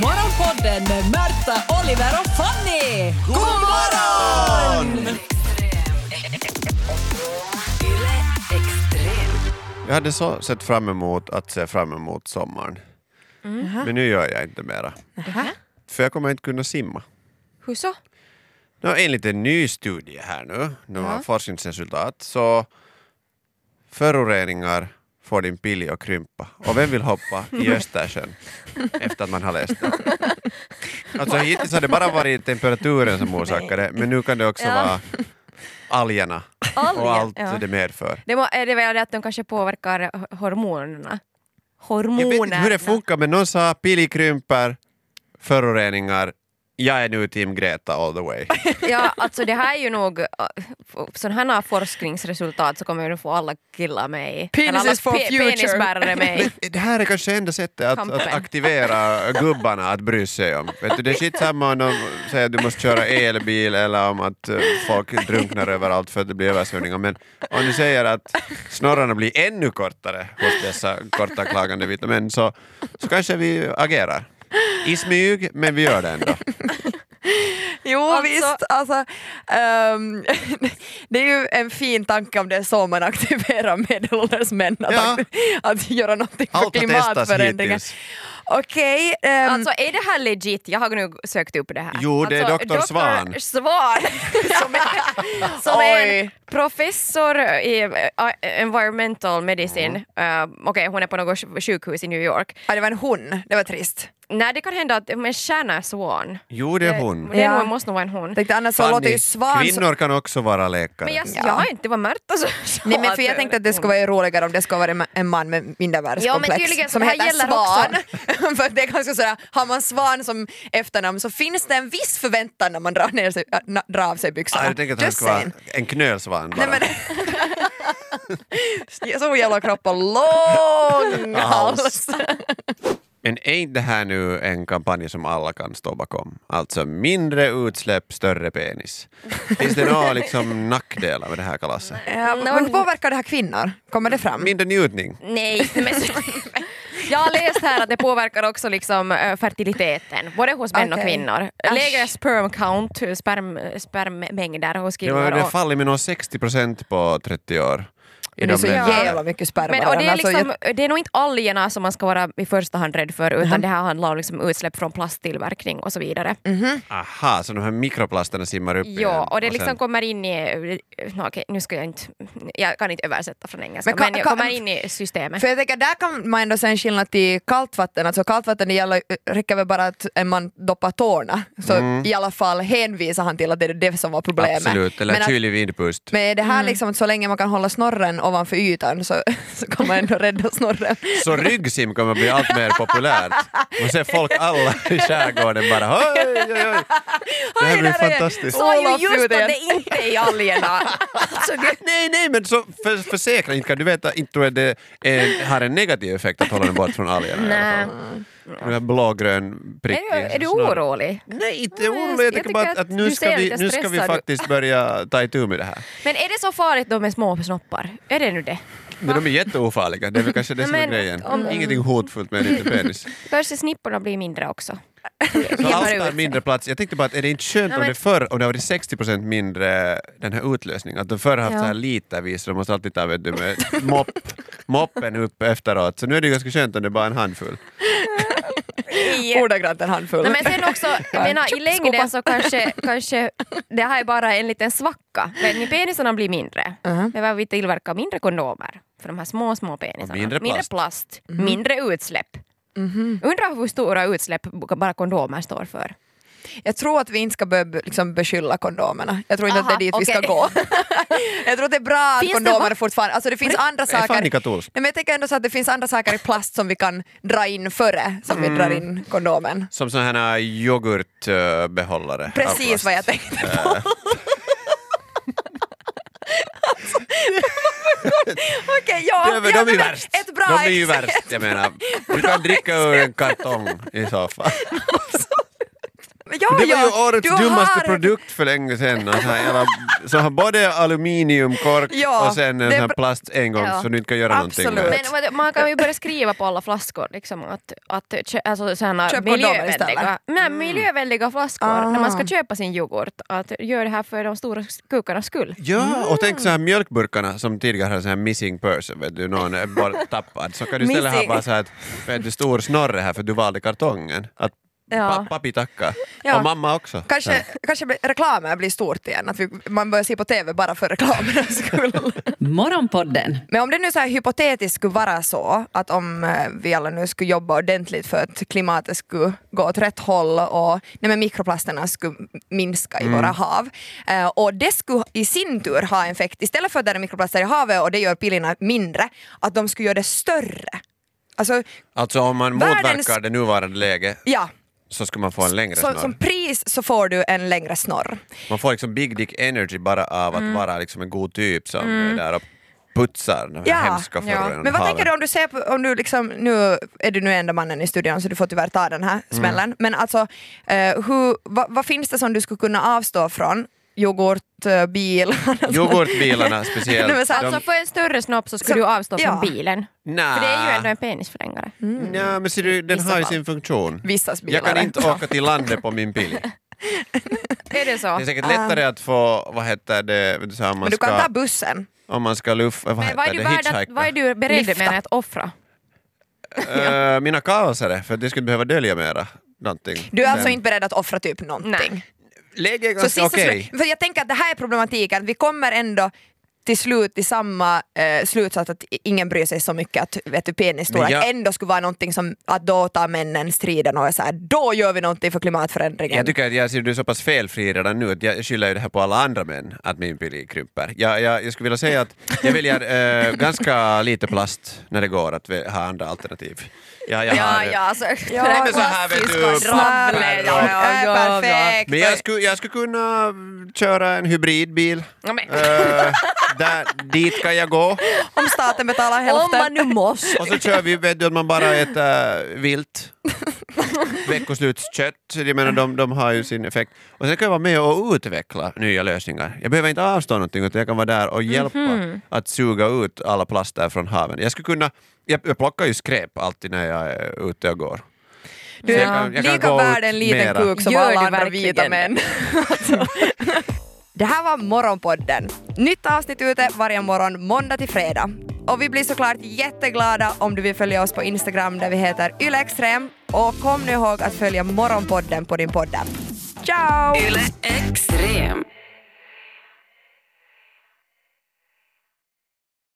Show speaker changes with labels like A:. A: Morgonpodden med Märta, Oliver och Fanny! God morgon!
B: Jag hade så sett fram emot att se fram emot sommaren. Men nu gör jag inte mera. För jag kommer inte kunna simma.
C: Hur så?
B: Nu, enligt en ny studie här nu, de har forskningsresultat, så föroreningar får din pilj att krympa. Och vem vill hoppa i Östersjön efter att man har läst det? Alltså hittills har det bara varit temperaturen som orsakar det, men nu kan det också
C: Ja.
B: vara algerna
C: Alger,
B: och allt
C: ja.
B: det medför.
C: Det må- är det väl det att de kanske påverkar h- hormonerna? Hormoner.
B: Jag vet inte hur det funkar men någon sa pilkrymper, föroreningar, jag är nu team Greta all the way.
C: Ja, alltså det här är ju nog, äh, f- sådana här forskningsresultat så kommer ju nu få alla killar med i.
D: Penises
C: Eller alla
D: for
C: pe-
D: future.
C: Penisbärare med i.
B: Det här är kanske enda sättet att, att
C: Kampen.
B: aktivera gubbarna att bry sig om. Vet du, det är skit samma om de säger att du måste köra elbil eller om att eh, folk drunknar överallt för att det blir översvämningar. Men om du säger att snorrarna blir ännu kortare hos dessa korta klagande vita män så, så kanske vi agerar. I smyg, men vi gör det ändå.
D: Jo
C: Alltså-
D: visst, alltså, ehm, det är ju en fin tanke om det är så man aktiverar medelålders män att,
B: Ja.
D: att göra någonting för
B: Allt har testats
D: klimatförändringen.
B: hittills.
D: Okej, ehm,
C: Alltså är det här legit? Jag har nu sökt upp det här.
B: Jo, det är
C: alltså,
B: Dr. Svan.
C: Svan som är, som är en
D: Oj.
C: professor i äh, environmental medicine. Mm. Okej, hon är på något sj- sjukhus i New York.
D: ja, det var en hon, det var trist.
C: Nej, det kan hända att men Shanna Swan,
B: Jo, det är hon.
C: det är
D: Ja.
C: nog, måste nog vara en hon.
D: Tänkte, annars så
B: Fanny,
D: låter ju svan...
B: Kvinnor kan också vara läkare.
C: Men jag,
D: Ja.
C: jag har inte, det var Märta som sa
D: Nej men för jag
C: att-
D: tänkte att det skulle vara roligare om det skulle vara en ma- en man med
C: Ja, men
D: mindervärdeskomplex
C: tydligen så
D: som
C: det här
D: heter
C: gäller
D: Svan. för det är ganska sådär, har man Svan som efternamn så finns det en viss förväntan när man drar, ner sig, äh, na- drar av sig byxorna.
B: Ah, jag tänker att han
D: Just
B: ska vara
D: saying.
B: en knölsvan bara.
D: Nej, men... Så jävla kropp och lång
B: Hals.
D: hals.
B: Men är inte det här nu en kampanj som alla kan stå bakom? Alltså mindre utsläpp, större penis. Finns det några liksom, nackdelar med det här kalaset?
D: Ja,
C: Mm,
D: men hur påverkar det här kvinnor? Kommer det fram?
B: Mindre njutning.
C: Nej, men så- jag har läst här att det påverkar också liksom eh, fertiliteten, både hos män och
D: Okej.
C: kvinnor.
D: Asch.
C: Lägre sperm count, sperm, spermmängder hos
B: Det har
C: kvinnor.
B: det
C: och-
B: fallit med någon 60 procent på 30 år. I
D: Det är
B: de
D: så
B: länderna.
D: jävla mycket
C: Men, och det,
D: spermar.
C: är
D: Alltså,
C: liksom,
D: jag-
C: det är nog inte algerna som man ska vara i första hand rädd för utan det här handlar om liksom utsläpp från plasttillverkning och så vidare.
B: Aha, så de här mikroplasterna simmar upp i den
C: Ja, och det
B: Eh,
C: liksom
B: sen-
C: kommer in i... eh, No, okej, nu ska jag inte... Jag kan inte översätta från engelska,
D: Men
C: men,
D: kan-
C: jag
D: kan-
C: kommer in i systemet.
D: För jag tänker, där kan man ändå se en skillnad till kallt vatten. Alltså kallt vatten, det gäller, räcker väl bara att en man doppar tårna. Så i alla fall hänvisar han till att det är det som var problemet.
B: Mm. Absolut, eller
D: men, att,
B: kylig vindpust.
D: men är det
C: Mm.
D: här liksom att så länge man kan hålla snorren ovanför ytan så, så kan man ändå rädda snorren.
B: Så ryggsim kommer bli allt mer populärt. Och ser folk alla i skärgården bara oj, oj, oj. Det här blir
C: där är det.
B: fantastiskt.
C: Sa
D: Olof
C: ju just att
D: gjorde det.
C: det inte är i algerna. Alltså, det,
B: Nej, nej, men så för, försäkra inte kan du veta inte att det är, har en negativ effekt att hålla den bort från algerna. i alla
C: nej.
B: fall. Den här blågrön prick.
C: Är, du-
B: i
C: är du
B: snarare.
C: orolig?
B: Nej, inte
C: Nej,
B: orolig. Jag
C: jag
B: tänker
C: tycker
B: bara att,
C: att
B: att nu,
C: du
B: ska
C: ser
B: vi,
C: lite
B: nu ska vi
C: stressad ut.
B: faktiskt börja ta itu med det här.
C: Men är det så farligt då med små snoppar? Är det nu det?
B: Men de är jätteofarliga, det är väl kanske det som är
C: Men
B: grejen.
C: om-
B: Ingenting hotfullt med en liten penis.
C: Kanske snipporna blir mindre också.
B: Så
C: Jämnar
B: allt
C: ut
B: tar
C: sig.
B: mindre plats. Jag tänkte bara att är det inte skönt
C: Ja,
B: om
C: men-
B: det förr, om det har varit 60% mindre den här utlösningen, att de förr har haft
C: Ja.
B: så här lite vis, så de måste alltid ta vet du, med mopp, moppen upp efteråt. Så nu är det ju ganska skönt om det bara är en handfull.
C: I-
D: Ordagrant en handfull.
C: Nej, men sen också, jag menar, i längden så kanske, kanske det här är bara en liten svacka. Men i penisarna blir mindre.
D: Mhm.
C: Behöver vi tillverka mindre kondomer för de här små, små penisarna?
B: Och mindre plast.
C: mindre, plast, mindre utsläpp.
D: Mm-hmm.
C: Undrar hur stora utsläpp bara kondomer står för.
D: Jag tror att vi inte ska börja be- liksom beskylla kondomerna. Jag tror inte
C: Aha,
D: att det är dit vi ska
C: okej.
D: gå. jag tror att det är bra att
C: Finns det
D: kondomer
C: va-
D: fortfarande... Alltså det finns andra
B: Är
D: saker...
B: Fanny
D: Nej,
B: katolsk?
D: men jag tänker ändå så att det finns andra saker i plast som vi kan dra in före som vi
B: Mm.
D: drar in kondomen.
B: Som sådana här äh, yoghurtbehållare. av plast. Eh.
D: Precis vad jag tänkte på. Alltså, Okej, ja.
B: De,
D: ja,
B: de är
D: men
B: ju värst.
D: Ett bra
B: de är ju
D: exempel.
B: värst. Jag menar, du kan dricka ur en kartong i så fall.
D: Ja,
B: Det var ju
D: ja,
B: årets
D: du
B: dummaste
D: har-
B: produkt för länge sedan. Alltså, jävla, så har både aluminiumkork
D: Ja,
B: och sen en
D: det är
B: sån här
D: bra-
B: plast en gång
C: Ja.
B: så du inte kan göra någonting
D: Absolut.
B: med.
C: Men vad- man kan ju börja skriva på alla flaskor liksom, att, att kö- alltså, såna
D: Köp kondomer istället.
C: miljövänliga, nej, miljövänliga flaskor
D: Ah.
C: när man ska köpa sin yoghurt. Att göra det här för de stora kukarnas skull.
B: Ja, och tänk så här mjölkburkarna som tidigare hade så här missing person, vet du, någon är bara tappad. Så kan du istället ha
D: Missing.
B: bara så här, att, vet du, stor snorre här för du valde kartongen. Att
C: Ja.
B: pa- pappi tacka.
D: Ja.
B: Och mamma också.
D: Kanske, kanske reklamen blir stort igen, att vi, man börjar se på TV bara för reklamernas skull.
A: Morgonpodden
D: Men om det nu så här hypotetiskt skulle vara så att om eh, vi alla nu skulle jobba ordentligt för att klimatet skulle gå åt rätt håll och nej men mikroplasterna skulle minska i våra hav eh, och det skulle i sin tur ha en effekt, istället för att det är mikroplaster i havet och det gör pillerna mindre, att de skulle göra det större. Alltså,
B: Alltså om man
D: Världens-
B: motverkar det nuvarande läget
D: ja.
B: så ska man få en längre
D: Så, som
B: snorr.
D: pris så får du en längre snorr.
B: Man får liksom big dick energy bara av
D: Mm.
B: att vara liksom en god typ som är där och putsar den här
D: Ja,
B: hemska
C: ja.
B: förorenade
D: Men vad
B: haven.
D: tänker du om du ser på, om du liksom, nu är du nu enda mannen i studion så du får tyvärr ta den
B: Mm.
D: här smällen. Men alltså, eh, hur, vad, vad finns det som du skulle kunna avstå från? Yoghurt, eh, bil,
B: Yoghurtbilarna speciellt.
D: Nej, men så
B: de-
C: Alltså för en större snopp så skulle
D: Så-
C: du avstå
D: ja.
C: från bilen.
B: Nä.
C: För det
B: Ah.
C: är ju ändå en penisförlängare.
B: Mm. Nja, men ser du,
D: Mm,
B: den
C: Vissa
B: har ju
C: fall.
B: sin funktion.
D: vissas bilar.
B: Jag kan inte åka till landet på min bil.
C: Är det så?
B: Det är säkert lättare att få, vad heter det, vet du, så här, om, man
D: Ah. Men du kan ta
B: ska,
D: bussen.
B: om man ska luffa, vad
C: Men vad är
B: heter
C: du,
B: det,
C: värd att,
B: hitchhika.
C: vad är du beredd
D: Lyfta.
C: med att offra?
B: Eh, mina kaosare, för att jag skulle behöva dölja mera. Någonting.
D: Du är alltså
B: Men
D: inte beredd att offra typ någonting.
C: Nej.
B: Läge är
D: Så
B: ganska
D: sista
B: okej.
D: slu- för jag tänker att det här är problematiken, att vi kommer ändå till slut till samma eh, slutsats att i- ingen bryr sig så mycket att vet du, penisstorlek
B: Men jag-
D: ändå skulle vara någonting som att då tar männen striden och är så här, då gör vi någonting för klimatförändringen.
B: Jag tycker att jag ser du är så pass felfri redan nu att jag skyller ju det här på alla andra män, att min pili krymper. Jag, jag, jag skulle vilja säga att jag väljer eh, ganska lite plast när det går att vi- ha andra alternativ. Ja, jag har,
C: alltså.
D: Ja,
B: Nej, men så här vet
D: klassisk
B: du,
D: och
B: snabb-
D: snabb-
B: ja,
D: ja,
C: ja,
D: perfekt.
B: Men jag skulle, jag skulle kunna köra en hybridbil.
C: Ja, men-
B: Eh, där, dit kan jag gå.
D: Om staten betalar hälften.
C: nu måste.
B: Och så kör vi, vet du, att man bara äter vilt. Veckoslutskött, jag menar de, de har ju sin effekt. Och sen kan jag vara med och utveckla nya lösningar. Jag behöver inte avstå någonting utan jag kan vara där och hjälpa att suga ut alla plaster från haven. Jag skulle kunna, jag, jag plockar ju skräp alltid när jag är ute och går.
D: du
B: Så
D: är
B: jag kan- jag kan
D: lika
B: gå
D: värd
B: ut
D: en liten
B: mera.
D: kuk som
C: Gör
D: alla
C: det
D: andra
C: verkligen.
D: vita män. Alltså. Det här var Morgonpodden. Nytt avsnitt ute varje morgon måndag till fredag. Och vi blir såklart jätteglada om du vill följa oss på Instagram där vi heter ylextrem. Och kom nu ihåg att följa Morgonpodden på din poddapp. Ciao!
E: Yle Extrem.